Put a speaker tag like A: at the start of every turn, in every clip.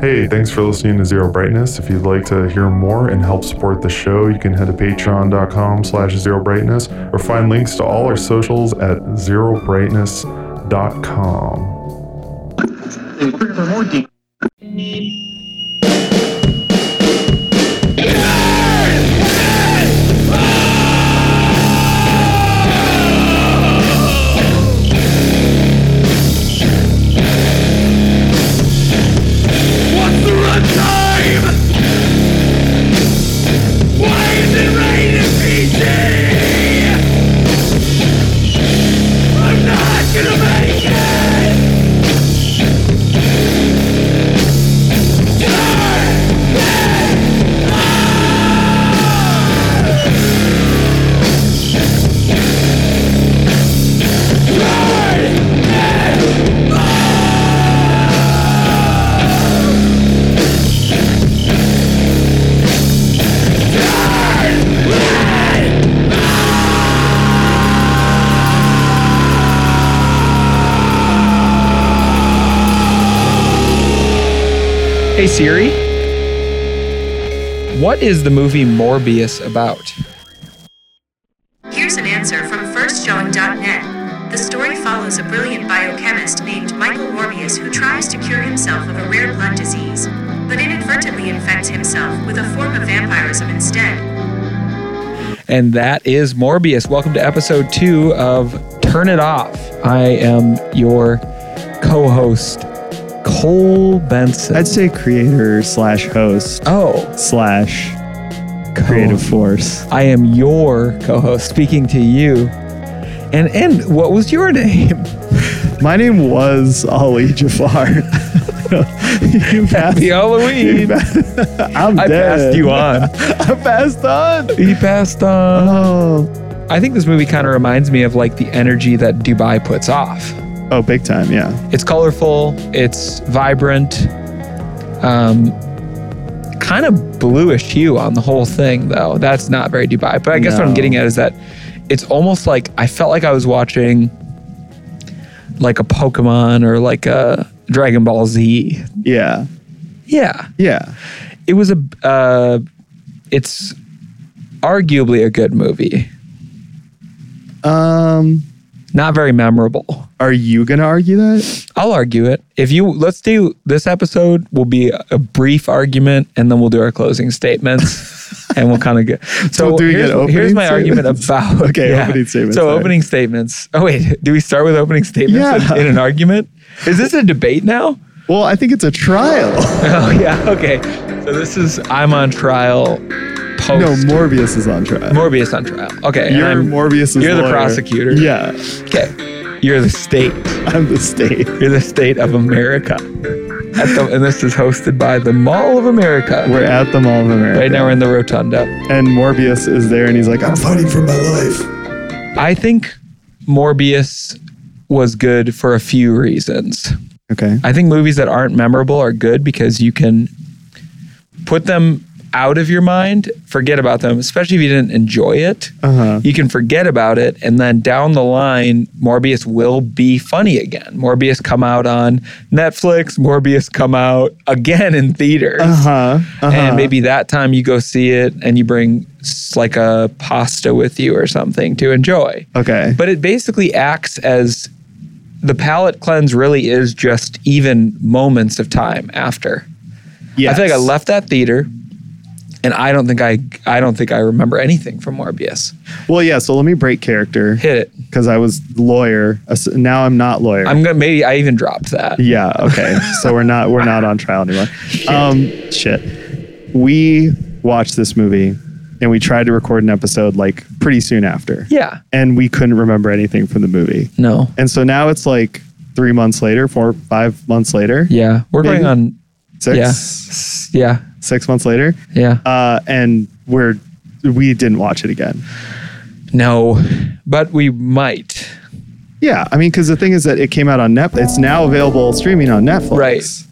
A: Hey, thanks for listening to Zero Brightness. If you'd like to hear more and help support the show, you can head to patreon.com slash zero brightness or find links to all our socials at zerobrightness.com.
B: For more details.
C: What's the run time? Why is it rated PG? I'm not gonna make it!
D: Hey Siri, what is the movie Morbius about?
E: Here's an answer from FirstShowing.net. The story follows a brilliant biochemist named Michael Morbius who tries to cure himself of a rare blood disease, but inadvertently infects himself with a form of vampirism instead.
D: And that is Morbius. Welcome to episode two of Turn It Off. I am your co host, Cole Benson.
F: I'd say creator slash host
D: oh,
F: slash
D: Cole.
F: creative force.
D: I am your co host speaking to you. And, and what was your name?
F: My name was Ali Jafar. you passed,
D: The Halloween.
F: I'm
D: I
F: dead.
D: passed you on.
F: I passed on.
D: He passed on.
F: Oh,
D: I think this movie kind of reminds me of like the energy that Dubai puts off.
F: oh, big time. Yeah,
D: It's colorful. It's vibrant. Um, kind of bluish hue on the whole thing, though. That's not very Dubai. But I guess what I'm
F: No.
D: getting at is that it's almost like I felt like I was watching like a Pokemon or like a Dragon Ball Z.
F: yeah,
D: Yeah,
F: yeah.
D: it was a. Uh, it's arguably a good movie.
F: Um,
D: Not very memorable.
F: are you gonna argue that?
D: I'll argue it. If you let's do this episode will be a, a brief argument and then we'll do our closing statements and we'll kind of get so
F: doing
D: here's,
F: it opening
D: here's my
F: statements?
D: argument about
F: Okay, opening statements,
D: So
F: sorry.
D: opening statements. Oh wait, do we start with opening statements
F: Yeah.
D: in, in an argument? Is this a debate now?
F: Well, I think it's a trial.
D: Oh yeah, okay. So this is I'm on trial
F: no,
D: post
F: Morbius is on trial.
D: Morbius on trial. Okay. Oh, and
F: you're
D: I'm-
F: Morbius's
D: You're the
F: lawyer.
D: prosecutor.
F: Yeah,
D: Okay. You're the state.
F: I'm the state.
D: You're the state of America. At the, and this is hosted by the Mall of America.
F: We're at the Mall of America
D: right now we're in the rotunda.
F: and Morbius is there, and he's like, "I'm fighting for my life."
D: I think Morbius was good for a few reasons.
F: Okay.
D: I think movies that aren't memorable are good because you can put them out of your mind, forget about them, especially if you didn't enjoy it.
F: Uh-huh.
D: You can forget about it, and then down the line, Morbius will be funny again. Morbius come out on Netflix. Morbius come out again in theaters.
F: Uh-huh. uh-huh.
D: And maybe that time you go see it and you bring s- like a pasta with you or something to enjoy.
F: Okay.
D: But it basically acts as the palate cleanse really is just even moments of time after. I feel like I
F: Yes.
D: left that theater and I don't think I I don't think I remember anything from Morbius.
F: Well, yeah. So let me break character
D: Hit it.
F: because I was lawyer. ass- Now I'm not lawyer.
D: I'm gonna maybe I even dropped that.
F: yeah. Okay. so we're not we're not on trial anymore. Um, shit. We watched this movie and we tried to record an episode like pretty soon after.
D: Yeah.
F: And we couldn't remember anything from the movie.
D: No.
F: And so now it's like three months later, four five months later,
D: Yeah. We're
F: Maybe.
D: going on
F: six
D: yeah. Yeah.
F: six months later,
D: Yeah.
F: uh, and we're we didn't watch it again.
D: no. But we might.
F: Yeah, I mean, because the thing is that it came out on Netflix. It's now available streaming on Netflix.
D: Right.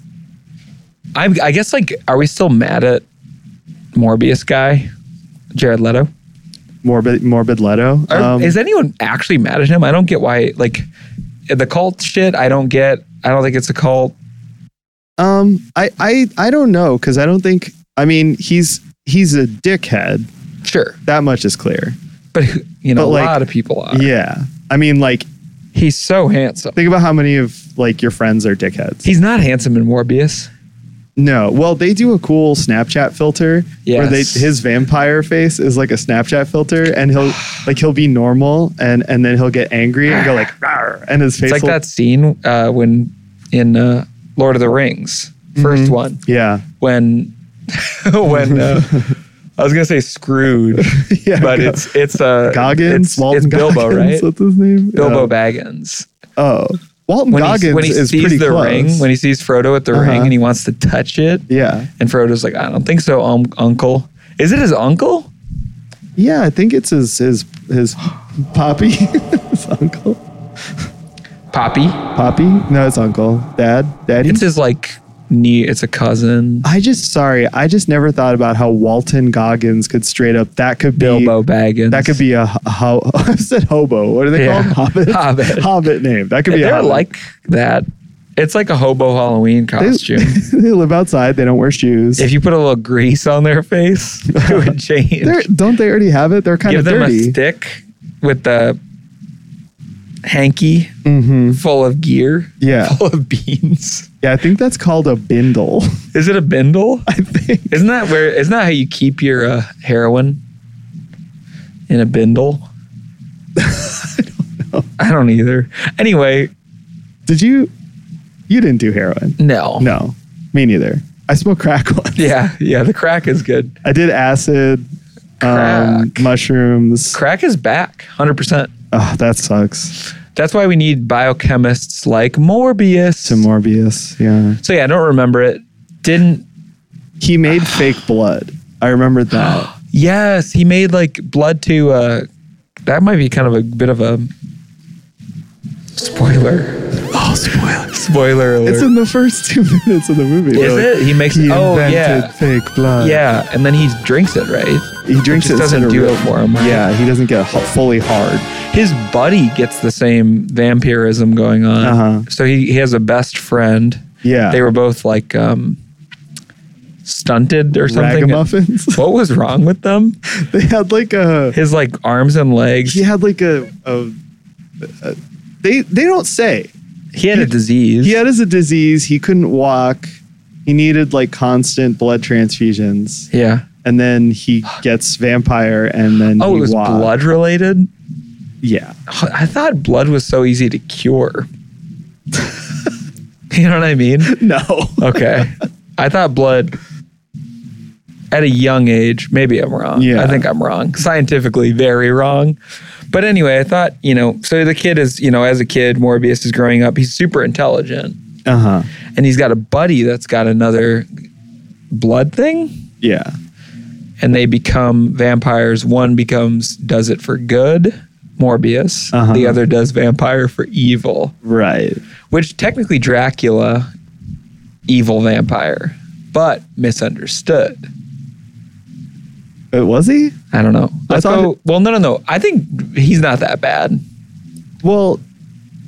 D: I'm, I guess like, are we still mad at Morbius guy, Jared Leto?
F: Morbid, Morbid Leto.
D: Are-
F: Um,
D: is anyone actually mad at him? I don't get why. Like the cult shit, I don't get. I don't think it's a cult.
F: Um, I I I don't know because I don't think. I mean, he's he's a dickhead.
D: Sure,
F: That much is clear.
D: but you know,
F: But, like,
D: a lot of people are.
F: Yeah. I mean, like,
D: He's so handsome.
F: think about how many of like your friends are dickheads.
D: He's not handsome in Morbius.
F: No. Well, they do a cool Snapchat filter where they
D: Yes.
F: his vampire face is like a Snapchat filter and he'll like he'll be normal and and then he'll get angry and go like "Rawr," and his face
D: It's like
F: will-
D: that scene uh, when in uh, Lord of the Rings, 1st
F: Mm-hmm.
D: one,
F: Yeah.
D: when when uh, I was gonna say Scrooge,
F: Yeah,
D: but
F: Go-
D: it's it's uh,
F: Goggins,
D: it's,
F: Walton
D: it's Bilbo,
F: Goggins,
D: right?
F: What's his name?
D: Bilbo
F: Yeah.
D: Baggins.
F: Oh. Walton
D: When
F: Goggins
D: he, when he
F: is pretty
D: sees the
F: close.
D: ring, when he sees Frodo at the
F: Uh-huh.
D: ring, and he wants to touch it,
F: yeah.
D: and Frodo's like, "I don't think so, um, Uncle." Is it his uncle?
F: Yeah, I think it's his his his poppy, his uncle.
D: Poppy.
F: Poppy? No, it's uncle. Dad, daddy.
D: It's his like knee. It's a cousin.
F: I just sorry, I just never thought about how Walton Goggins could straight up that could be
D: Bilbo Baggins.
F: That could be a ho- ho- I said hobo. What are they
D: Yeah.
F: called? Hobbit.
D: Hobbit.
F: Hobbit name. That could be. a
D: They're
F: hobbit.
D: like that. It's like a hobo Halloween
F: they,
D: costume.
F: they live outside. They don't wear shoes.
D: if you put a little grease on their face, it would change.
F: They're, don't they already have it? They're kind
D: Give
F: of
D: them
F: dirty.
D: a stick with the hanky full of gear,
F: Mm-hmm. Yeah.
D: full of beans.
F: yeah, I think that's called a bindle.
D: Is it a bindle?
F: I think.
D: Isn't that where? Isn't that how you keep your uh, heroin? In a bindle. I don't know. I don't either. Anyway,
F: Did you? You didn't do heroin.
D: no.
F: No, me neither. I smoked crack once.
D: Yeah, yeah. The crack is good.
F: I did acid, um,
D: Crack.
F: mushrooms.
D: Crack is back, hundred percent.
F: Oh, that sucks.
D: That's why we need biochemists like Morbius.
F: To Morbius. Yeah.
D: So yeah, I don't remember it. Didn't.
F: He made fake blood. I remembered that.
D: Yes, he made like blood to. Uh, that might be kind of a bit of a spoiler.
F: oh, spoiler.
D: Spoiler alert.
F: It's in the first two minutes of the movie.
D: Is
F: really.
D: it? He makes.
F: He
D: oh
F: invented
D: yeah.
F: fake blood.
D: Yeah, and then he drinks it, right?
F: He drinks
D: It
F: it
D: just doesn't
F: instead of
D: do
F: real-
D: it for him. right?
F: Yeah, he doesn't get hu- fully hard.
D: his buddy gets the same vampirism going on.
F: Uh-huh.
D: So he, he has a best friend.
F: Yeah.
D: They were both like um, stunted or something.
F: Ragamuffins.
D: What was wrong with them?
F: they had like a
D: His like arms and legs.
F: he had like a, a, a- they they don't say.
D: He had a disease.
F: He had as a disease, he couldn't walk. He needed like constant blood transfusions.
D: yeah.
F: And then he gets vampire and then
D: Oh,
F: he
D: it was
F: walks.
D: blood related?
F: Yeah.
D: I thought blood was so easy to cure. you know what I mean?
F: No.
D: Okay. I thought blood at a young age, maybe I'm wrong.
F: Yeah.
D: I think I'm wrong. Scientifically, very wrong. But anyway, I thought, you know, so the kid is, you know, as a kid, Morbius is growing up. He's super intelligent
F: Uh-huh.
D: and he's got a buddy that's got another blood thing
F: Yeah.
D: and they become vampires. One becomes, does it for good, Morbius.
F: Uh-huh.
D: The other does vampire for evil,
F: Right.
D: which technically Dracula, evil vampire, but misunderstood.
F: But was he?
D: I don't know.
F: I
D: Let's
F: thought
D: go. Well, no, no, no. I think he's not that bad.
F: Well,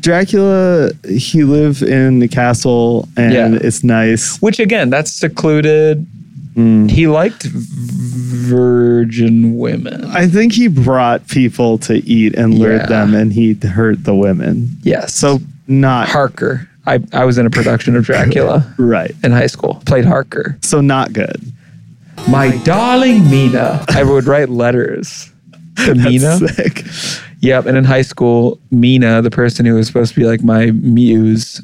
F: Dracula, he lived in the castle and
D: Yeah.
F: it's nice.
D: Which again, that's secluded.
F: Hmm.
D: He liked virgin women.
F: I think he brought people to eat and lured
D: Yeah.
F: them and he hurt the women.
D: Yes.
F: So not
D: Harker. I, I was in a production of Dracula
F: right.
D: in high school. Played Harker.
F: So not good.
D: My darling Mina. I would write letters to Mina.
F: That's sick.
D: Yep. And in high school, Mina, the person who was supposed to be like my muse,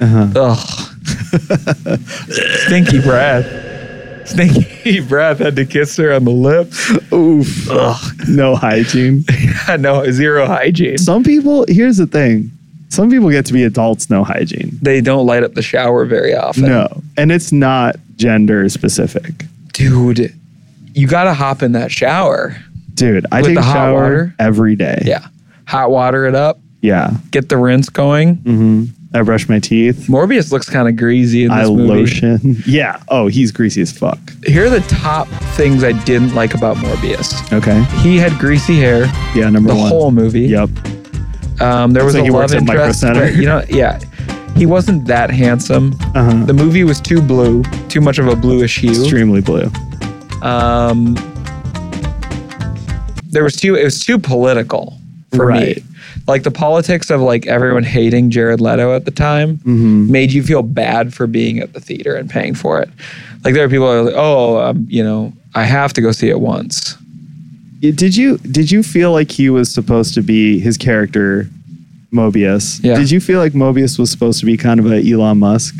F: Uh-huh.
D: ugh, stinky breath, stinky breath had to kiss her on the lips.
F: Oof. No hygiene.
D: no, zero hygiene.
F: Some people, here's the thing. Some people get to be adults, no hygiene.
D: They don't light up the shower very often.
F: No. And it's not gender specific.
D: Dude, you got to hop in that shower.
F: Dude, I
D: With
F: take
D: the
F: a
D: hot
F: shower
D: water?
F: every day.
D: Yeah. Hot water it up,
F: Yeah.
D: get the rinse going.
F: Mm. I brush my teeth.
D: Morbius looks kind of greasy in this
F: I
D: movie.
F: lotion. Yeah. Oh, he's greasy as fuck.
D: Here are the top things I didn't like about Morbius.
F: Okay.
D: He had greasy hair.
F: Yeah. Number
D: the
F: one.
D: whole movie.
F: Yep.
D: Um, there was
F: So
D: a
F: he
D: love
F: works at Micro
D: interest.
F: Center.
D: where- you know, yeah. He wasn't that handsome.
F: Uh-huh.
D: The movie was too blue, too much of a bluish hue.
F: Extremely blue.
D: Um, there was too. It was too political for
F: Right.
D: me. Like the politics of like everyone hating Jared Leto at the time
F: Mm-hmm.
D: made you feel bad for being at the theater and paying for it. Like there are people who are like, oh, um, you know, I have to go see it once.
F: Yeah, Did you did you feel like he was supposed to be his character, Mobius?
D: Yeah.
F: Did you feel like Mobius was supposed to be kind of a Elon Musk,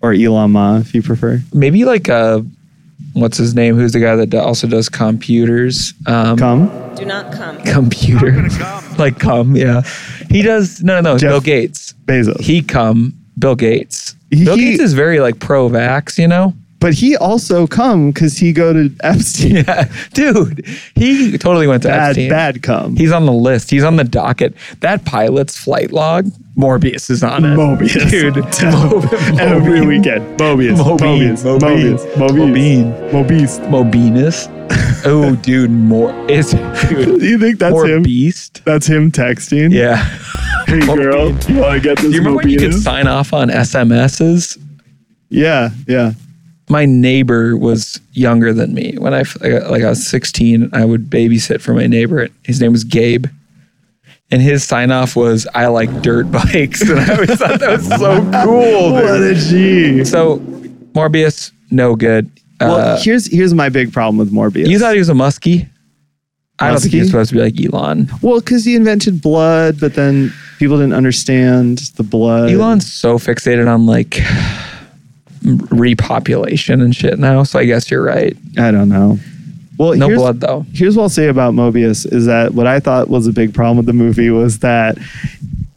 F: or Elon Ma, if you prefer?
D: Maybe like uh what's his name? Who's the guy that do- also does computers? Um,
F: Come,
G: Do not come.
D: computer. like come, yeah. He does no no no
F: Jeff-
D: Bill Gates.
F: Bezos.
D: He come Bill Gates.
F: He-
D: Bill Gates is very like pro vax, you know?
F: but he also come because he go to Epstein.
D: Yeah. Dude, he totally went to
F: Bad
D: Epstein.
F: bad come.
D: He's on the list. He's on the docket. That pilot's flight log, Morbius is on it.
F: Mobius.
D: Dude. Mob-
F: every
D: Mobius.
F: weekend. Mobius.
D: Mobeen.
F: Mobius. Mobius.
D: Mobeen.
F: Mobius. Mobius.
D: Mobinus. Oh, dude, more is
F: Do you
D: dude.
F: think that's
D: more
F: him?
D: beast.
F: That's him texting.
D: Yeah.
F: Hey girl, you want to get this
D: Do you remember when you could
F: Mobius?
D: sign off on SMSs?
F: Yeah. Yeah.
D: My neighbor was younger than me. When I f- like, like I was 16, I would babysit for my neighbor. His name was Gabe. And his sign off was I like dirt bikes. And I always thought that was so cool. dude.
F: What a G.
D: So Morbius, no good.
F: Well,
D: Uh,
F: here's here's my big problem with Morbius.
D: you thought he was a muskie? I don't think he was
F: Muskie?
D: supposed to be like Elon.
F: well, because he invented blood, but then people didn't understand the blood.
D: Elon's so fixated on like repopulation and shit now. So I guess you're right.
F: I don't know. Well,
D: No
F: here's,
D: blood though.
F: Here's what I'll say about Mobius is that what I thought was a big problem with the movie was that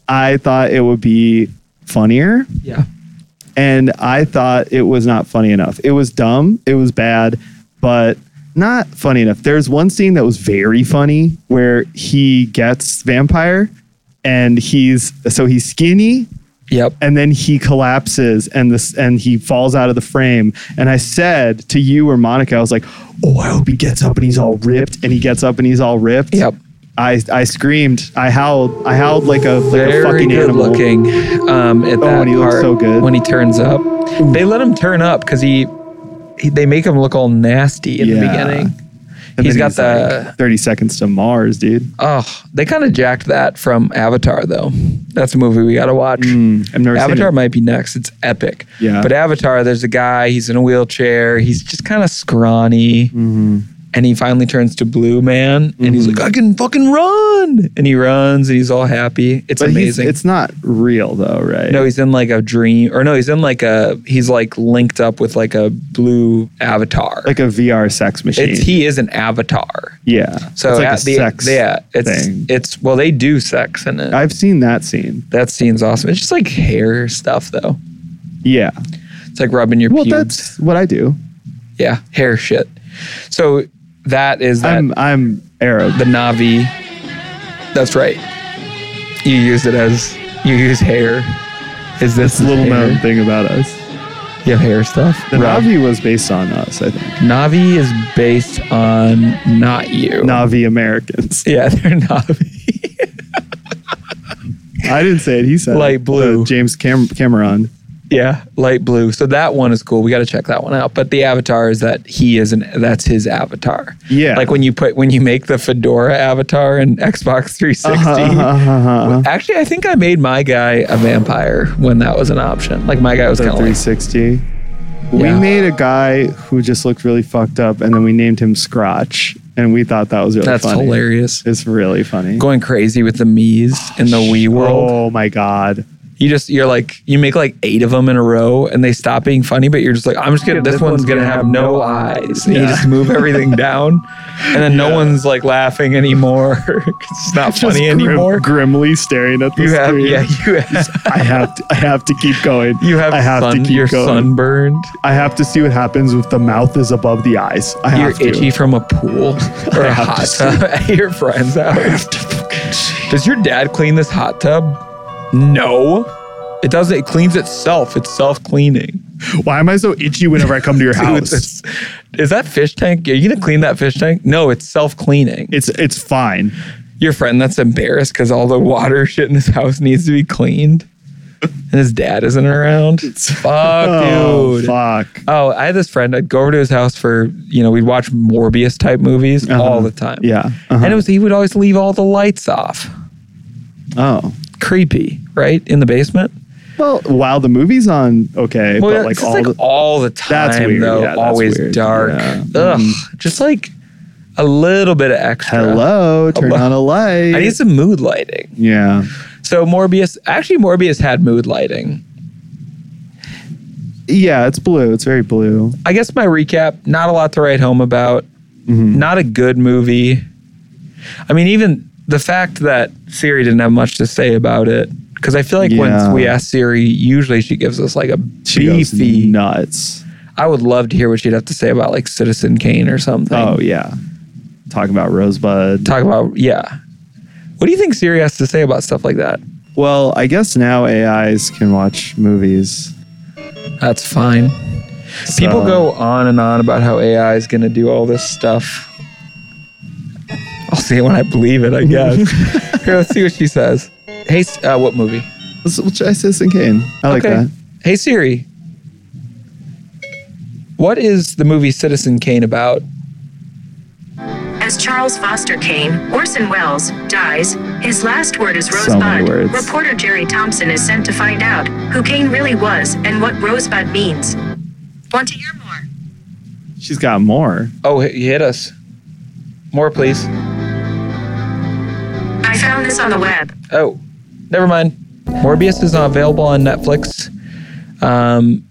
F: I thought it would be funnier,
D: Yeah.
F: and I thought it was not funny enough. It was dumb. It was bad, but not funny enough. There's one scene that was very funny where he gets vampire, and he's so he's skinny
D: Yep.
F: and then he collapses and this and he falls out of the frame and i said to you or monica i was like oh i hope he gets up and he's all ripped and he gets up and he's all ripped
D: Yep.
F: i i screamed i howled i howled like a like a
D: Very
F: fucking
D: good
F: animal Oh,
D: looking. Um, at that
F: and he looks
D: part,
F: so good. Mm.
D: when he turns up. They let him turn up because he, he, they make him look all nasty in the
F: Yeah.
D: beginning.
F: And
D: he's
F: then
D: got the
F: like, 30 seconds to mars dude
D: oh, they kind of jacked that from Avatar though. That's a movie we got to watch.
F: i've Mm. never
D: Avatar
F: seen it.
D: might be next. It's epic.
F: Yeah.
D: But Avatar, there's a guy, he's in a wheelchair, he's just kind of scrawny.
F: Mm-hmm.
D: And he finally turns to Blue Man and he's like, I can fucking run. And he runs and he's all happy. It's
F: but he's-
D: amazing.
F: it's not real though right
D: no, he's in like a dream or no, he's in like a he's like linked up with like a blue avatar.
F: like a vr sex machine
D: it's he is an avatar.
F: yeah
D: So
F: it's like
D: at
F: a
D: the
F: sex
D: yeah, it's
F: thing.
D: it's well they do sex in it.
F: i've seen that scene
D: that scene's awesome. It's just like hair stuff though.
F: yeah
D: It's like rubbing your
F: well
D: pubes.
F: that's what i do
D: Yeah, hair shit. So that is that
F: i'm i'm arab
D: the Navi. That's right. You use it as you use hair. Is this
F: little
D: hair?
F: known thing about us
D: You have hair stuff.
F: The
D: Rob.
F: Navi was based on us, I think.
D: Navi is based on not you.
F: Navi Americans.
D: Yeah, they're Navi.
F: I didn't say it. He said it.
D: Light blue.
F: Uh, James Cam- Cameron.
D: yeah, light blue. So that one is cool. We got to check that one out. But the avatar is that he is an that's his avatar.
F: Yeah.
D: Like when you put when you make the fedora avatar in Xbox 360.
F: Uh-huh,
D: Actually, I think I made my guy a vampire when that was an option. Like my guy was
F: The
D: kind of like
F: 360. We
D: Yeah.
F: made a guy who just looked really fucked up, and then we named him Scrotch, and we thought that was really
D: that's
F: funny.
D: hilarious.
F: It's really funny.
D: Going crazy with the me's in the Wii world.
F: Oh my god!
D: You just you're like you make like eight of them in a row and they stop being funny, but you're just like I'm just gonna this, one's, gonna, have no eyes. And You
F: Yeah.
D: just move everything down, and then no one's like laughing anymore. 'cause it's not
F: Just
D: funny
F: grim-
D: anymore.
F: Grimly staring at the
D: You have
F: screen.
D: yeah you have
F: I have to. I have to keep going.
D: you have,
F: I have
D: sun,
F: to keep
D: you're
F: going.
D: sunburned.
F: I have to see what happens if the mouth is above the eyes. I
D: You're
F: have to.
D: itchy from a pool or a
F: have to
D: hot
F: see.
D: tub at your friend's house. Does your dad clean this hot tub? No. It doesn't. It cleans itself. It's self cleaning.
F: Why am I so itchy whenever I come to your house?
D: Is that fish tank? Are you gonna clean that fish tank? No, it's self cleaning.
F: It's it's fine.
D: Your friend that's embarrassed because all the water shit in his house needs to be cleaned. and his dad isn't around. Fuck,
F: Oh,
D: dude.
F: fuck.
D: Oh, I had this friend. I'd go over to his house for you know we'd watch Morbius type movies
F: Uh-huh.
D: all the time.
F: Yeah. uh-huh.
D: and it was he would always leave all the lights off.
F: oh.
D: Creepy, right? In the basement.
F: Well, while the movie's on, okay,
D: Well,
F: but
D: like,
F: like
D: it's
F: all
D: all, like
F: the,
D: the, all the time,
F: That's weird.
D: though.
F: Yeah, that's
D: always
F: weird.
D: dark.
F: Yeah. Mm-hmm.
D: Ugh, just like a little bit of extra.
F: hello, turn
D: Hello.
F: on a light.
D: I need some mood lighting.
F: yeah.
D: So Morbius, actually, Morbius had mood lighting.
F: Yeah, it's blue. It's very blue.
D: I guess my recap: not a lot to write home about.
F: Mm-hmm.
D: Not a good movie. I mean, even the fact that Siri didn't have much to say about it, because I feel like
F: Yeah.
D: when we ask Siri, usually she gives us like a
F: She
D: beefy.
F: goes "Mm." nuts.
D: I would love to hear what she'd have to say about like Citizen Kane or something.
F: Oh yeah. Talk about Rosebud.
D: talk about yeah. What do you think Siri has to say about stuff like that?
F: Well, I guess now AIs can watch movies.
D: That's fine. People
F: So-
D: go on and on about how AI is going to do all this stuff. I'll see it when I believe it, I guess. Here, let's see what she says. Hey, S- uh, what movie?
F: Let's let's try Citizen Kane. I like that.
D: Hey, Siri. What is the movie Citizen Kane about?
E: As Charles Foster Kane, Orson Welles, dies, his last word is
F: So many
E: Rosebud.
F: words.
E: Reporter Jerry Thompson is sent to find out who Kane really was and what Rosebud means. Want to hear more?
F: She's got more.
D: Oh, h- you hit us. More, please.
E: I found this on the web.
D: Oh, never mind. Morbius is not available on Netflix. Um,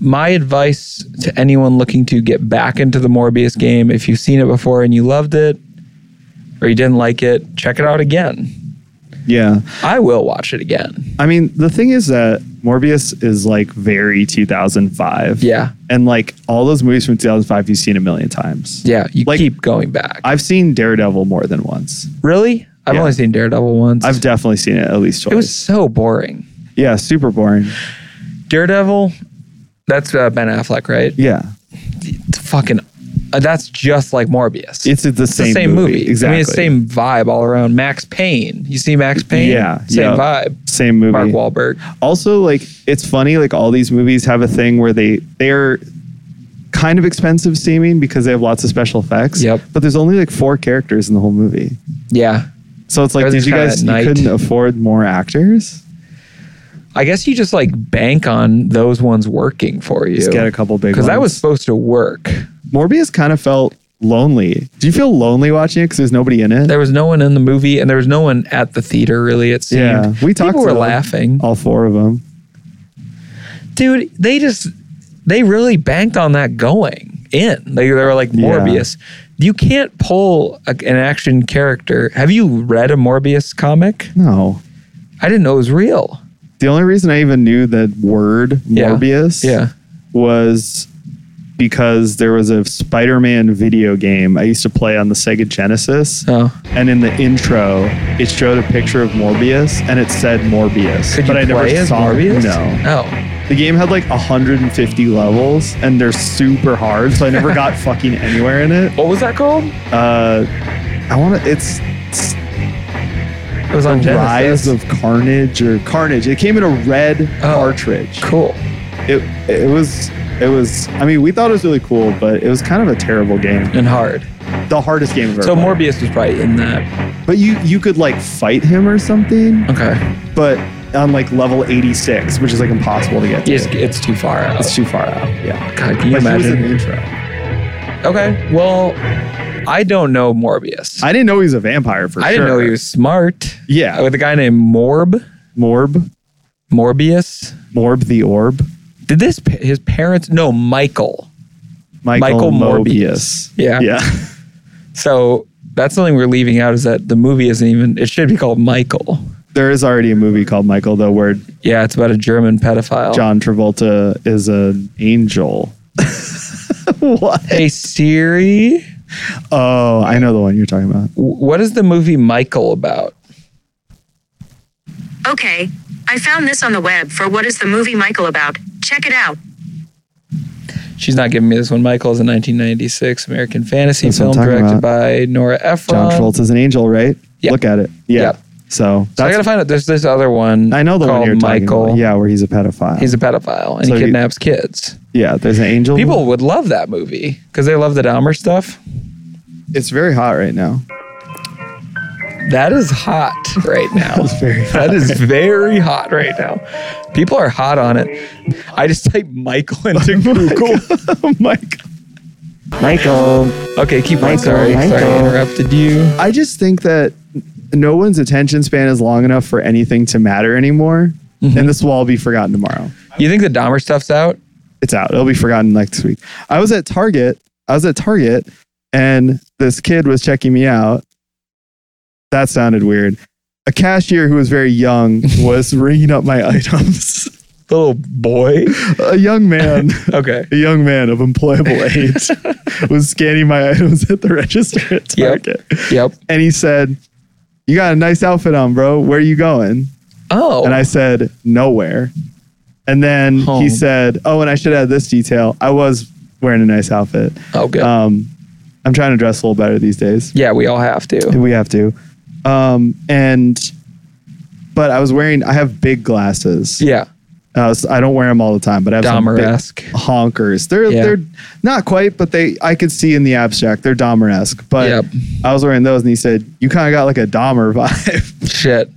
D: my advice to anyone looking to get back into the Morbius game, if you've seen it before and you loved it or you didn't like it, check it out again.
F: Yeah.
D: I will watch it again.
F: I mean, the thing is that Morbius is like very 2005.
D: Yeah.
F: And like all those movies from 2005 you've seen a million times.
D: Yeah, you
F: Like-
D: keep going back.
F: I've seen Daredevil more than once.
D: really? I've
F: Yeah.
D: only seen Daredevil once.
F: I've definitely seen it at least twice.
D: it was so boring.
F: yeah, super boring.
D: Daredevil, that's uh, Ben Affleck, right?
F: Yeah.
D: It's fucking, uh, that's just like Morbius.
F: It's, it's the
D: It's
F: same,
D: the same movie.
F: Exactly.
D: I mean, it's the same vibe all around. Max Payne. You see Max Payne?
F: Yeah,
D: Same
F: yeah.
D: vibe.
F: Same movie.
D: Mark Wahlberg.
F: also like it's funny like all these movies have a thing where they they're kind of expensive seeming because they have lots of special effects
D: Yep.
F: but there's only like four characters in the whole movie
D: Yeah.
F: so it's like did
D: Everything's
F: you
D: kinda
F: guys
D: at
F: you
D: night.
F: couldn't afford more actors
D: I guess you just like bank on those ones working for you.
F: just get a couple big
D: Because that
F: ones.
D: was supposed to work.
F: morbius kind of felt lonely do you feel lonely watching it because there's nobody in it
D: There was no one in the movie and there was no one at the theater really, it seemed.
F: yeah we talked
D: People
F: to
D: were
F: them,
D: laughing.
F: all four of them
D: Dude, they just, they really banked on that going in. They, they were like
F: Yeah.
D: Morbius. You can't pull a, an action character. Have you read a Morbius comic?
F: no
D: I didn't know it was real.
F: the only reason i even knew the word
D: Yeah.
F: morbius
D: Yeah.
F: was because there was a Spider-Man video game I used to play on the Sega Genesis.
D: Oh.
F: And in the intro, it showed a picture of Morbius and it said Morbius.
D: Could you
F: but I
D: play
F: never
D: as
F: saw
D: Morbius?
F: No.
D: Oh,
F: The game had like 150 levels and they're super hard, so I never got fucking anywhere in it.
D: what was that called?
F: Uh I want to it's, it's
D: It was on
F: Rise
D: Genesis.
F: of Carnage or Carnage. It came in a red
D: Oh.
F: cartridge.
D: cool.
F: it it was it was I mean we thought it was really cool, but it was kind of a terrible game.
D: and hard.
F: The hardest game I've ever.
D: So
F: played.
D: Morbius was probably in that.
F: but you you could like fight him or something,
D: Okay,
F: but on like level 86, which is like impossible to get to.
D: it's, it's too far out.
F: It's too far out. Yeah.
D: God, can you
F: But he was in the
D: imagine?
F: intro.
D: Okay, well, I don't know Morbius. I,
F: I didn't know he was a vampire for sure.
D: didn't know he was smart.
F: Yeah.
D: with a guy named Morb
F: Morb,
D: Morbius.
F: Morb the Orb,
D: Did this pa- his parents? No, Michael.
F: Michael,
D: Michael
F: Morbius.
D: Morbius. Yeah.
F: Yeah.
D: So that's something we're leaving out is that the movie isn't even. It should be called Michael.
F: there is already a movie called Michael though, where
D: Yeah, it's about a German pedophile.
F: John Travolta is an angel. what?
D: Hey Siri.
F: Oh, I know the one you're talking about.
D: what is the movie Michael about?
E: Okay, I found this on the web for what is the movie Michael about? Check it out.
D: She's not giving me this one. Michael is a 1996 American fantasy
F: That's what I'm
D: film
F: talking
D: directed
F: about.
D: by Nora Ephron.
F: John Travolta's an angel, right?
D: Uh, Yeah.
F: Look at it. Yeah.
D: Yep.
F: So
D: So I gotta find out. There's this other one.
F: I know the one
D: called
F: you're talking
D: Michael.
F: about. Yeah, where he's a pedophile.
D: he's a pedophile and
F: So
D: he
F: you-
D: kidnaps kids.
F: yeah, there's an angel.
D: People would love that movie because they love the Dahmer stuff.
F: It's very hot right now.
D: That is hot right now.
F: Very
D: that is very hot right now. People are hot on it. I just type Michael into Google.
F: oh my god.
D: Okay, keep on. Sorry, sorry, I interrupted you.
F: I just think that no one's attention span is long enough for anything to matter anymore. And this will all be forgotten tomorrow.
D: You think the Dahmer stuff's out?
F: It's out. It'll be forgotten next week. I was at Target. I was at Target and this kid was checking me out. That sounded weird. A cashier who was very young was ringing up my items.
D: Little boy.
F: A young man,
D: Okay.
F: a young man of employable age was scanning my items at the register at
D: Yep.
F: Target.
D: Yep.
F: And he said, You got a nice outfit on, bro. Where are you going?
D: Oh.
F: And I said, nowhere. And then
D: Home.
F: he said, oh, and I should add this detail. I was wearing a nice outfit.
D: oh, good.
F: Um, I'm trying to dress a little better these days.
D: yeah, we all have to.
F: We have to. Um, and, but I was wearing, I have big glasses.
D: Yeah.
F: Uh, so I don't wear them all the time, but I have some big
D: Dahmer-esque.
F: honkers. They're
D: Yeah.
F: they're not quite, but they I could see in the abstract they're Dahmer-esque. But
D: Yep.
F: I was wearing those, and he said, "You kind of got like a Dahmer vibe."
D: Shit.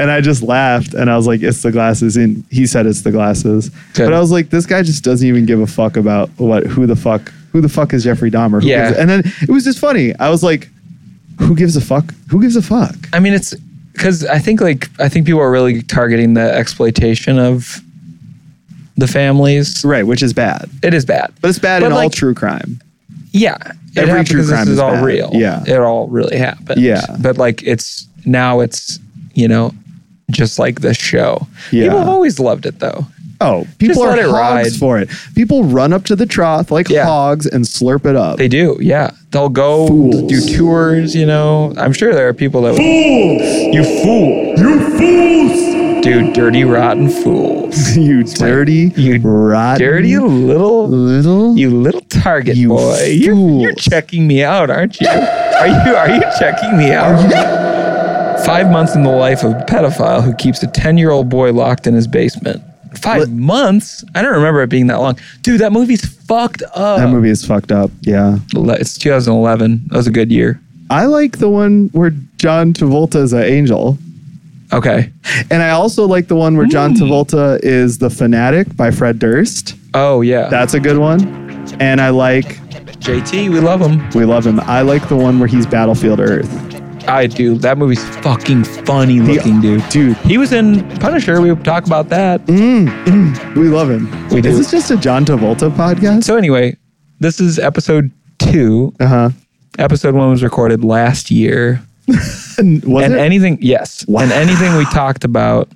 F: And I just laughed and I was like, it's the glasses. And he said it's the glasses.
D: Good.
F: But I was like, this guy just doesn't even give a fuck about what who the fuck who the fuck is Jeffrey Dahmer. Who
D: Yeah.
F: gives- and then it was just funny. I was like, who gives a fuck? Who gives a fuck?
D: I mean, it's because I think like I think people are really targeting the exploitation of the families.
F: Right, which is bad.
D: It is bad,
F: But it's bad in all
D: like,
F: true crime.
D: Yeah, it
F: Every
D: happened
F: true
D: because
F: crime
D: this is,
F: is
D: all
F: bad.
D: real.
F: Yeah.
D: it all really happened.
F: Yeah.
D: but like it's now it's you know just like the show.
F: Yeah.
D: People have always loved it though.
F: Oh, people are
D: let it ride.
F: hogs for it. People run up to the trough like
D: Yeah.
F: hogs and slurp it up.
D: They do. Yeah, they'll go
F: Fools.
D: do tours. You know, I'm sure there are people that you fool, you fools, dude, dirty rotten fools,
F: you dirty,
D: you
F: rotten,
D: dirty little
F: little.
D: You little target
F: You
D: boy. You're, you're
F: fools.
D: checking me out, aren't you? Are you are you checking me out? Five months in the life of a pedophile who keeps a 10 year old boy locked in his basement. Five months? I don't remember it being that long. Dude, that movie's fucked up.
F: that movie is fucked up. Yeah.
D: Le- It's 2011. That was a good year.
F: I like the one where John Travolta is an angel.
D: Okay.
F: And I also like the one where
D: Mm.
F: John Travolta is the fanatic by Fred Durst.
D: Oh, yeah.
F: That's a good one. And I like
D: JT. We love him.
F: we love him. I like the one where he's Battlefield Earth.
D: I do. That movie's fucking funny looking, dude.
F: Dude, Mm-hmm.
D: He was in Punisher. We would talk about that.
F: we love him.
D: We do.
F: Is this just a John Travolta podcast?
D: So, anyway, this is episode two.
F: Uh-huh.
D: episode one was recorded last year.
F: And was
D: and
F: it?
D: anything, yes.
F: Wow.
D: And anything we talked about,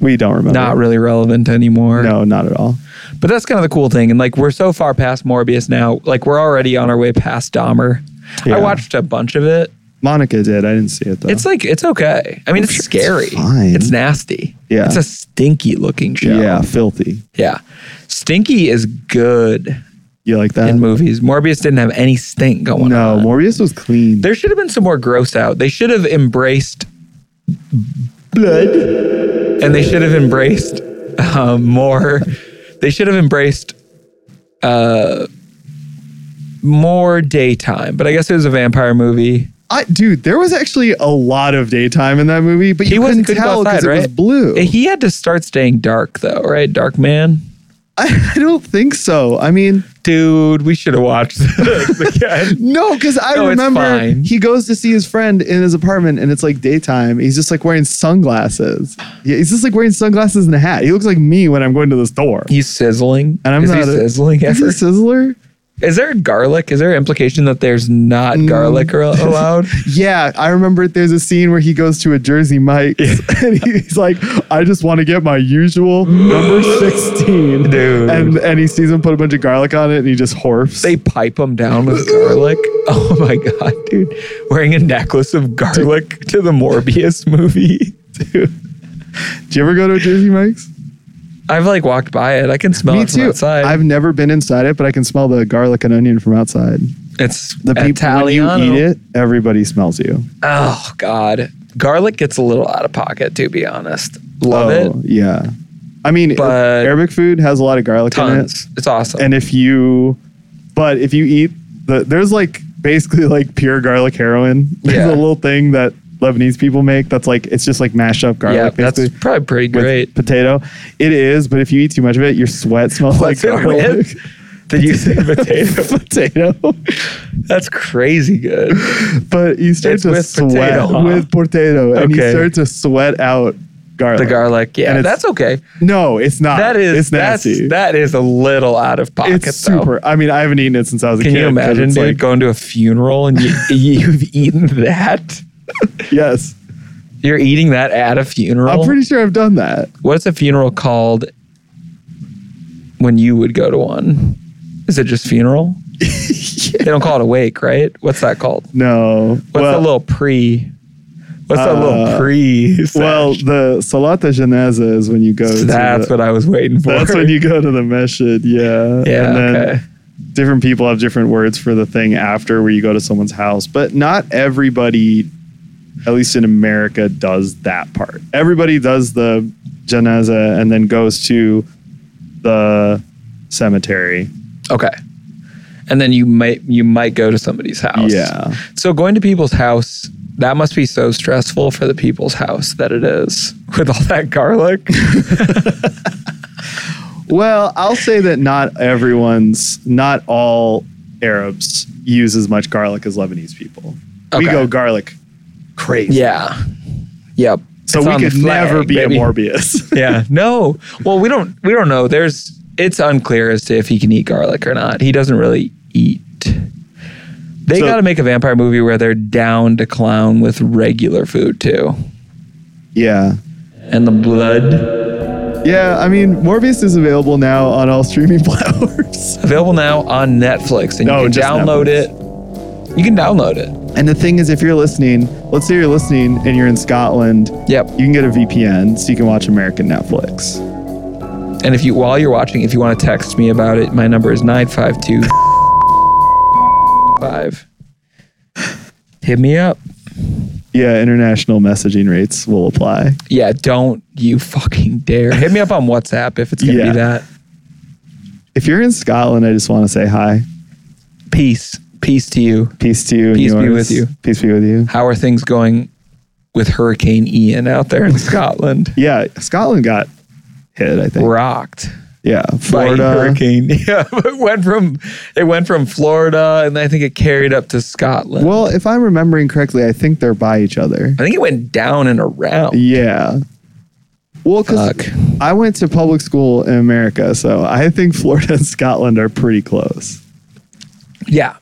F: we don't remember.
D: not really relevant anymore.
F: No, not at all.
D: But that's kind of the cool thing. And like, we're so far past Morbius now. Like, we're already on our way past Dahmer.
F: Yeah.
D: I watched a bunch of it.
F: Monica did. I didn't see it though.
D: It's like, it's okay. I mean, it's scary.
F: fine.
D: It's nasty.
F: Yeah.
D: It's a stinky looking show.
F: yeah, filthy.
D: Yeah. Stinky is good
F: You like that?
D: in movies. Morbius didn't have any stink going on.
F: no, Morbius was clean.
D: There should have been some more gross out. They should have embraced blood, and they should have embraced um, more. They should have embraced uh, more daytime. But I guess it was a vampire movie.
F: I, dude, there was actually a lot of daytime in that movie, but
D: He
F: you
D: wasn't
F: couldn't
D: couldn't
F: tell
D: go
F: because
D: outside,
F: it
D: right?
F: was blue.
D: He had to start staying dark, though, right? Dark man.
F: I, I don't think so. I mean,
D: Dude, we should have watched this again.
F: no, because I
D: No, it's
F: remember
D: fine.
F: he goes to see his friend in his apartment and it's like daytime. He's just like wearing sunglasses. Yeah, he's just like wearing sunglasses and a hat. He looks like me when I'm going to the store.
D: He's sizzling.
F: And I'm
D: Is
F: not
D: he
F: a-
D: sizzling
F: Is
D: ever?
F: he Sizzler?
D: Is there garlic? Is there implication that there's not
F: Mm.
D: garlic ar- allowed?
F: Yeah, I remember there's a scene where he goes to a Jersey Mike's and he's like, I just want to get my usual number 16.
D: Dude.
F: And, and he sees him put a bunch of garlic on it and he just horfs.
D: they pipe him down with garlic. Oh my god, dude! Wearing a necklace of garlic to the Morbius movie.
F: Did you ever go to a Jersey Mike's?
D: I've like walked by it. I can smell
F: Me
D: it from
F: too.
D: outside.
F: I've never been inside it, but I can smell the garlic and onion from outside.
D: it's
F: The people when you
D: Italiano.
F: eat it, everybody smells you.
D: Oh God, garlic gets a little out of pocket. To be honest,
F: Oh,
D: love it
F: Yeah. I mean,
D: But-
F: Arabic food has a lot of garlic in it.
D: tons. It's awesome.
F: and if you but if you eat the there's like basically like pure garlic heroin there's
D: Yeah.
F: a little thing that lebanese people make that's like it's just like mashed up garlic
D: yeah,
F: basically
D: that's probably pretty
F: with
D: great.
F: potato it is but if you eat too much of it your sweat smells like
D: What's it
F: garlic
D: with? Did you say potato?
F: potato
D: That's crazy good.
F: but you start
D: It's
F: to
D: with
F: sweat
D: potato, huh?
F: with potato and you
D: Okay.
F: start to sweat out garlic
D: The garlic, yeah,
F: And it's-
D: that's okay.
F: no it's not
D: That is
F: it's nasty
D: That's, that is a little out of pocket.
F: it's
D: though.
F: super i mean i haven't eaten it since i was a
D: Can
F: kid
D: you
F: 'cause
D: imagine,
F: it's
D: dude, going to a funeral and you, you've eaten that?
F: like, yes
D: You're eating that at a funeral.
F: i'm pretty sure i've done that
D: What's a funeral called? When you would go to one, is it just funeral? They don't call it a wake, right? What's that called?
F: No.
D: What's
F: well,
D: that little pre? What's that
F: Uh,
D: little pre?
F: well, the Salata Janeza is when you go.
D: that's
F: to the,
D: what I was waiting for.
F: That's when you go to the masjid. Yeah.
D: Yeah,
F: And then
D: okay.
F: different people have different words for the thing after where you go to someone's house, but not everybody, at least in America, does that part. Everybody does the janaza and then goes to the cemetery.
D: Okay. And then you might you might go to somebody's house.
F: Yeah.
D: So going to people's house, that must be so stressful for the people's house that it is with all that garlic.
F: Well, I'll say that not everyone's, not all Arabs use as much garlic as Lebanese people. We
D: Okay.
F: go garlic crazy.
D: yeah. Yep.
F: So
D: It's
F: we
D: on the
F: could never
D: flag,
F: be
D: baby.
F: a Morbius.
D: Yeah. No. Well, we don't we don't know. There's it's unclear as to if he can eat garlic or not. He doesn't really eat. They
F: So-
D: got to make a vampire movie where they're down to clown with regular food too.
F: yeah.
D: And the blood
F: Yeah. I mean, Morbius is available now on all streaming platforms.
D: available now on Netflix and
F: No,
D: you can
F: just
D: download it. You can download it.
F: And the thing is, if you're listening, let's say you're listening and you're in Scotland,
D: Yep.
F: you can get a VPN so you can watch American Netflix.
D: And if you while you're watching, if you want to text me about it, my number is 952 5. Hit me up.
F: Yeah. International messaging rates will apply.
D: Yeah, don't you fucking dare. Hit me up on WhatsApp if it's going to
F: Yeah.
D: be that.
F: If you're in Scotland, I just want to say hi.
D: Peace. Peace to you.
F: Peace to you. and
D: Peace be
F: yours.
D: with you.
F: Peace be with you.
D: How are things going with Hurricane Ian out there in Scotland?
F: Yeah, Scotland got hit. I think.
D: Rocked
F: Yeah,
D: by
F: Florida.
D: hurricane. Yeah, it went from it went from Florida and I think it carried up to Scotland.
F: Well, if I'm remembering correctly, I think they're by each other.
D: I think it went down and around.
F: Yeah. Well, because
D: Fuck.
F: I went to public school in America, so I think Florida and Scotland are pretty close.
D: Yeah,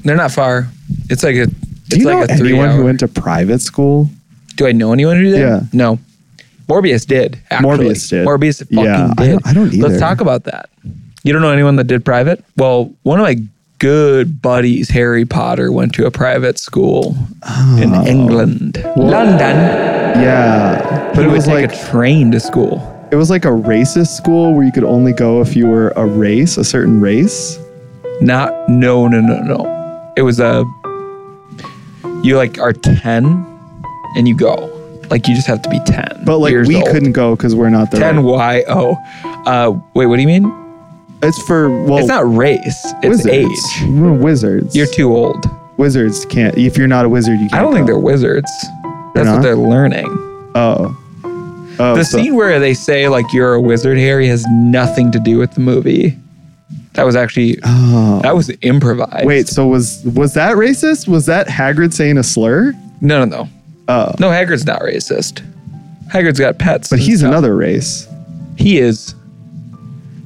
D: they're not far. It's like a.
F: Do
D: it's
F: you
D: like
F: know
D: a three
F: anyone
D: hour-
F: who went to private school?
D: Do I know anyone who did?
F: Yeah.
D: No. Morbius did. Actually.
F: Morbius did.
D: Morbius fucking
F: Yeah, I
D: did.
F: don't- I don't either.
D: Let's talk about that. You don't know anyone that did private? Well, one of my good buddies, Harry Potter, went to a private school in
F: Oh.
D: England, London.
F: Yeah, but
D: he
F: it
D: would
F: was
D: take
F: like
D: a train to school.
F: it was like a racist school where you could only go if you were a race, a certain race.
D: Not no no no no. It was a. You like are ten, and you go. Like you just have to be ten.
F: But like
D: years
F: we
D: old.
F: couldn't go because we're not the.
D: Ten Y
F: Right.
D: O. Uh, wait, what do you mean?
F: It's for well,
D: It's not race. It's
F: wizards.
D: age.
F: We're wizards.
D: You're too old.
F: wizards can't. If you're not a wizard, you can't.
D: I don't think they're
F: go.
D: wizards. That's
F: not?
D: what they're learning.
F: Oh. Oh,
D: The
F: so-
D: scene where they say like you're a wizard, Harry, has nothing to do with the movie. That was actually
F: Oh.
D: that was improvised.
F: Wait, so was was that racist? Was that Hagrid saying a slur?
D: no, no, no,
F: Oh,
D: no. Hagrid's not racist. Hagrid's got pets,
F: but
D: and
F: he's
D: stuff.
F: another race.
D: He is.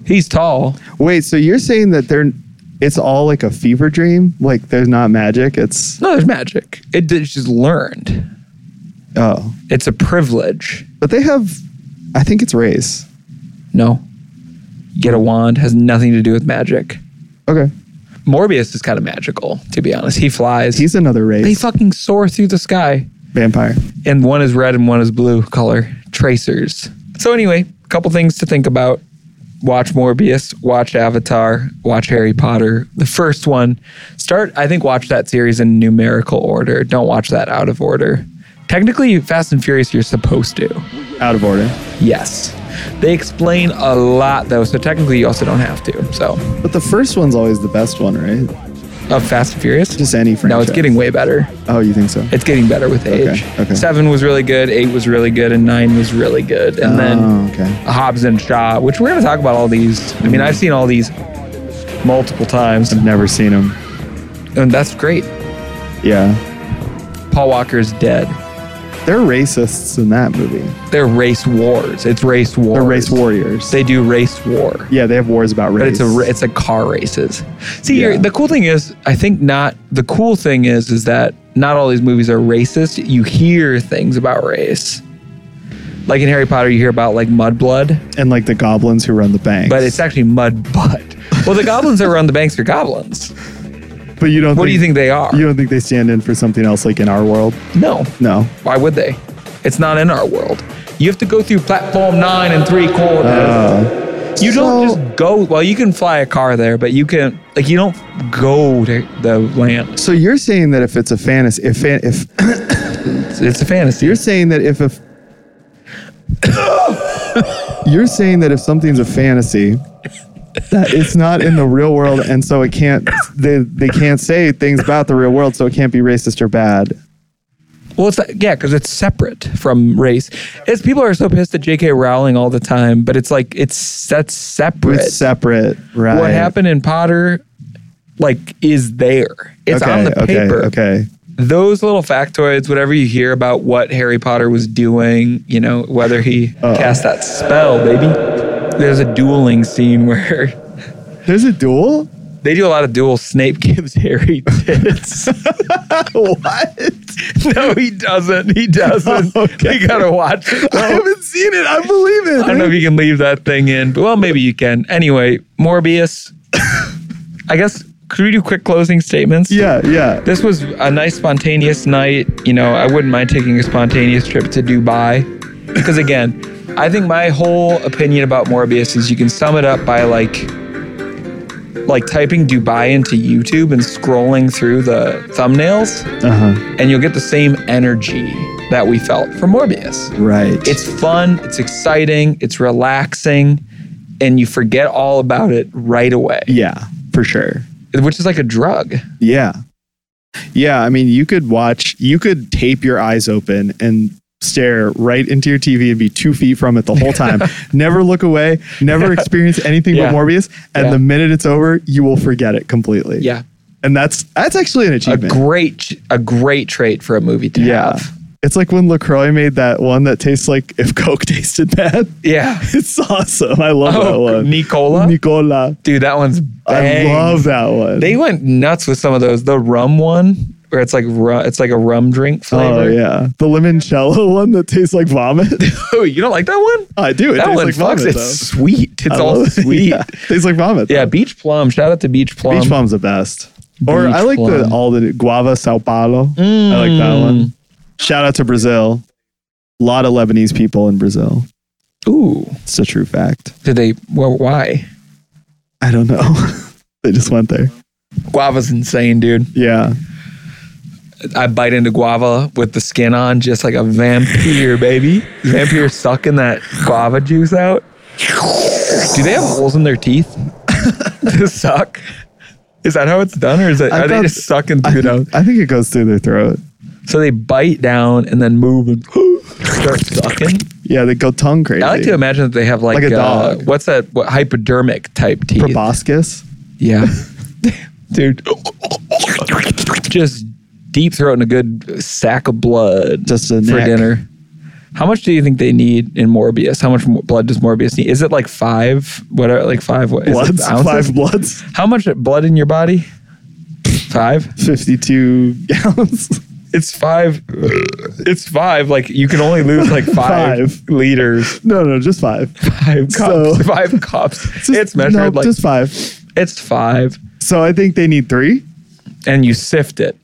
D: He's tall.
F: Wait, so you're saying that they're it's all like a fever dream? Like there's not magic. It's
D: No, there's magic. It, it's just learned.
F: oh,
D: It's a privilege.
F: but they have. I think it's race.
D: No, get a wand has nothing to do with magic.
F: Okay,
D: Morbius is kind of magical, to be honest. He flies.
F: he's another race.
D: they fucking soar through the sky,
F: vampire.
D: and one is red and one is blue color tracers. So anyway, couple things to think about. Watch Morbius, watch Avatar, watch Harry Potter. The first one, start, I think, watch that series in numerical order. Don't watch that out of order. Technically, Fast and Furious, you're supposed to.
F: Out of order.
D: Yes. They explain a lot, though, so technically, you also don't have to. So,
F: But the first one's always the best one, right?
D: of Fast and Furious?
F: Just any franchise.
D: No, it's getting way better.
F: Oh, you think so?
D: It's getting better with
F: Okay,
D: age.
F: okay.
D: Seven was really good, eight was really good, and nine was really good. And
F: Oh,
D: then
F: okay.
D: Hobbs and Shaw, which we're going to talk about all these. I mean, I've seen all these multiple times,
F: Never seen him.
D: and that's great.
F: Yeah.
D: Paul Walker's dead.
F: They're racists in that movie.
D: They're race wars. It's race wars.
F: They're race warriors.
D: They do race war.
F: yeah, they have wars about race.
D: But it's a ra- it's a car races. See,
F: Yeah.
D: you're- the cool thing is, I think not the cool thing is is that not all these movies are racist. You hear things about race, like in Harry Potter, you hear about like mudblood,
F: and like the goblins who run the banks.
D: but it's actually mud butt. Well, the goblins that run the banks are goblins.
F: but you don't.
D: What do you think they are?
F: You don't think they stand in for something else like in our world?
D: no.
F: No.
D: Why would they? It's not in our world. You have to go through platform nine and three quarters. you don't
F: Uh, so-
D: just go. Well, you can fly a car there, but you can like you don't go to the land.
F: So you're saying that if it's a fantasy, if fan- if
D: It's a fantasy.
F: you're saying that if a you're saying that if something's a fantasy, that it's not in the real world, and so it can't they they can't say things about the real world, so it can't be racist or bad.
D: Well, it's like, yeah, because it's separate from race. It's people are so pissed at J.K. Rowling all the time, but it's like it's that's separate.
F: It's separate, right?
D: What happened in Potter, like, is there? It's on the paper.
F: Okay.
D: Those little factoids, whatever you hear about what Harry Potter was doing, you know, whether he cast that spell, baby. There's a dueling scene where
F: There's a duel.
D: they do a lot of duels. Snape gives Harry tits.
F: what?
D: no, he doesn't. He doesn't.
F: Okay. Oh.
D: You gotta watch it.
F: I haven't seen it. I believe it.
D: I don't know if you can leave that thing in, but well, maybe you can. Anyway, Morbius. I guess could we do quick closing statements?
F: yeah, yeah.
D: This was a nice spontaneous night. You know, I wouldn't mind taking a spontaneous trip to Dubai. Because again, I think my whole opinion about Morbius is you can sum it up by like like typing Dubai into YouTube and scrolling through the thumbnails
F: Uh huh.
D: and you'll get the same energy that we felt for Morbius.
F: Right.
D: It's fun, it's exciting, it's relaxing, and you forget all about it right away,
F: yeah, for sure.
D: which is like a drug.
F: Yeah. Yeah. I mean, you could watch, you could tape your eyes open and stare right into your TV and be two feet from it the whole time. never look away, never experience anything
D: Yeah.
F: but Morbius. And
D: Yeah.
F: the minute it's over, you will forget it completely.
D: Yeah.
F: And that's, that's actually an
D: A
F: achievement.
D: great a great trait for a movie to
F: yeah.
D: have.
F: It's like when LaCroix made that one that tastes like if Coke tasted bad.
D: Yeah.
F: It's awesome. I love that
D: Oh,
F: one.
D: Nicola.
F: Nicola.
D: Dude, that one's bang.
F: I love that one.
D: They went nuts with some of those. The rum one where it's like ru- it's like a rum drink flavor.
F: oh, yeah. The limoncello one that tastes like vomit.
D: Oh, you don't like that one?
F: I do. It
D: that
F: tastes
D: one
F: like
D: fucks.
F: vomit.
D: it's
F: though.
D: sweet. It's
F: I
D: all
F: love it.
D: sweet.
F: Yeah,
D: Yeah.
F: tastes like vomit. though.
D: Beach Plum. Shout out to Beach Plum.
F: Beach plum's the best. Or
D: Beach
F: I like the
D: plum.
F: all the guava Sao Paulo.
D: Mm.
F: I like that one. Mm. Shout out to Brazil. A lot of Lebanese people in Brazil.
D: Ooh.
F: It's a true fact.
D: Did they? Well, why?
F: I don't know. they just went there.
D: Guava's insane, dude.
F: Yeah.
D: I bite into guava with the skin on, just like a vampire, baby. Vampire sucking that guava juice out. Do they have holes in their teeth to suck? Is that how it's done, or is it?
F: I
D: are they
F: thought-
D: just sucking
F: I,
D: through it out?
F: think- I think it goes through their throat.
D: So they bite down and then move and start sucking.
F: Yeah, they go tongue crazy.
D: I like to imagine that they have like,
F: Like a
D: uh,
F: dog.
D: what's that? What hypodermic type teeth?
F: proboscis.
D: Yeah. Dude. Just deep throating a good sack of blood
F: Just a
D: for
F: neck.
D: dinner. How much do you think they need in Morbius? How much mo- blood does Morbius need? Is it like five? What are like five? What, is it
F: Bloods.
D: ounces?
F: Five bloods.
D: How much blood in your body? Five.
F: Fifty-two gallons.
D: It's five. It's five. Like you can only lose like five,
F: Five.
D: liters.
F: no, no, just five.
D: Five cups.
F: So-
D: five cups.
F: Just-
D: it's measured
F: no,
D: like
F: just five.
D: it's five,
F: So I think they need three.
D: and you sift it.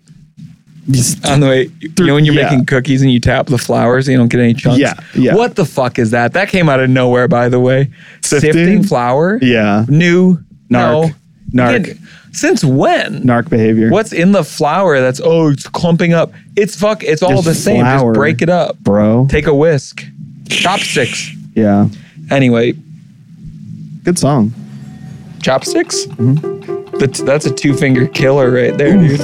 D: on the way. You know when you're
F: yeah.
D: making cookies and you tap the flour so you don't get any chunks.
F: Yeah, yeah.
D: What the fuck is that? That came out of nowhere, by the way.
F: Sifting?
D: Sifting, flour.
F: Yeah.
D: New.
F: Narc.
D: No.
F: Narc.
D: Again, Since when?
F: Narc behavior.
D: What's in the flour that's oh it's clumping up? It's fuck. It's all
F: Just
D: the same.
F: flour.
D: Just break it up.
F: bro?
D: Take a whisk. Chopsticks.
F: yeah.
D: Anyway,
F: Good song.
D: chopsticks.
F: Mm-hmm.
D: That's that's a two finger killer right there, dude.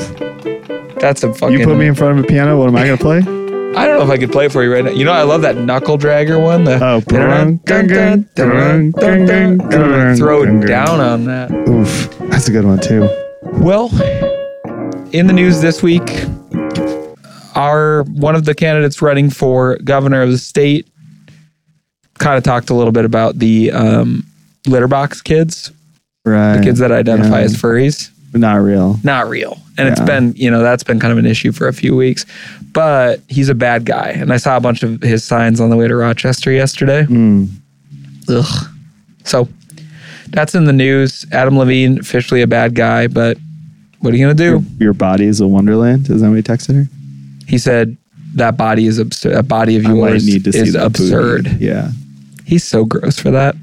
D: That's a fucking.
F: You put me in front of a piano. What am I gonna play?
D: I don't know if I could play it for you right now. You know, I love that knuckle dragger one. The
F: Oh, brung, gung, gung, brung, gung, gung, brung,
D: throw
F: gung, gung.
D: it down on that.
F: Oof, that's a good one too.
D: Well, in the news this week, our one of the candidates running for governor of the state kind of talked a little bit about the um, litter box kids,
F: Right.
D: kids that identify
F: Yeah.
D: as furries.
F: not real.
D: not real. And it's
F: Yeah.
D: been, you know, that's been kind of an issue for a few weeks. But he's a bad guy. And I saw a bunch of his signs on the way to Rochester yesterday.
F: Hmm.
D: Ugh. So that's in the news. Adam Levine, officially a bad guy, but what are you going to do?
F: Your body is a wonderland. Is that what he texted her?
D: He said, that body is absurd. That body of
F: I might
D: yours
F: need to see
D: is
F: that booty.
D: absurd.
F: Yeah.
D: He's so gross for that.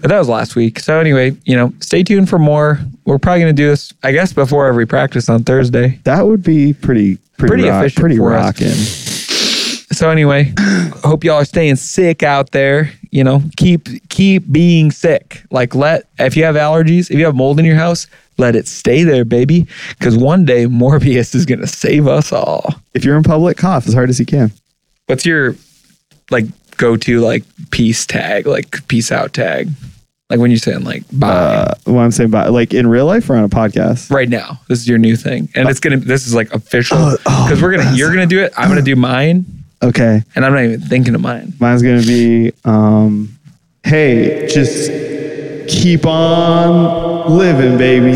D: But that was last week. So anyway, you know, stay tuned for more. We're probably going to do this, I guess, before every practice on Thursday.
F: That would be pretty pretty
D: Pretty
F: rock,
D: efficient
F: pretty
D: for us.
F: rocking.
D: So anyway, hope y'all are staying sick out there. You know, keep keep being sick. Like let if you have allergies, if you have mold in your house, let it stay there, baby. Because one day Morbius is gonna save us all.
F: If you're in public, cough as hard as you can.
D: What's your like go to like peace tag, like peace out tag? Like when you're saying like bye
F: Uh, what I'm saying about like in real life or on a podcast.
D: right now. This is your new thing. And it's gonna this is like official. Because we're gonna you're gonna do it, I'm gonna do mine,
F: Okay.
D: and I'm not even thinking of mine.
F: Mine's gonna be, um, hey, just keep on living, baby.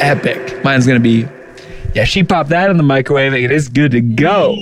D: epic. Mine's gonna be, yeah, she popped that in the microwave. It is good to go.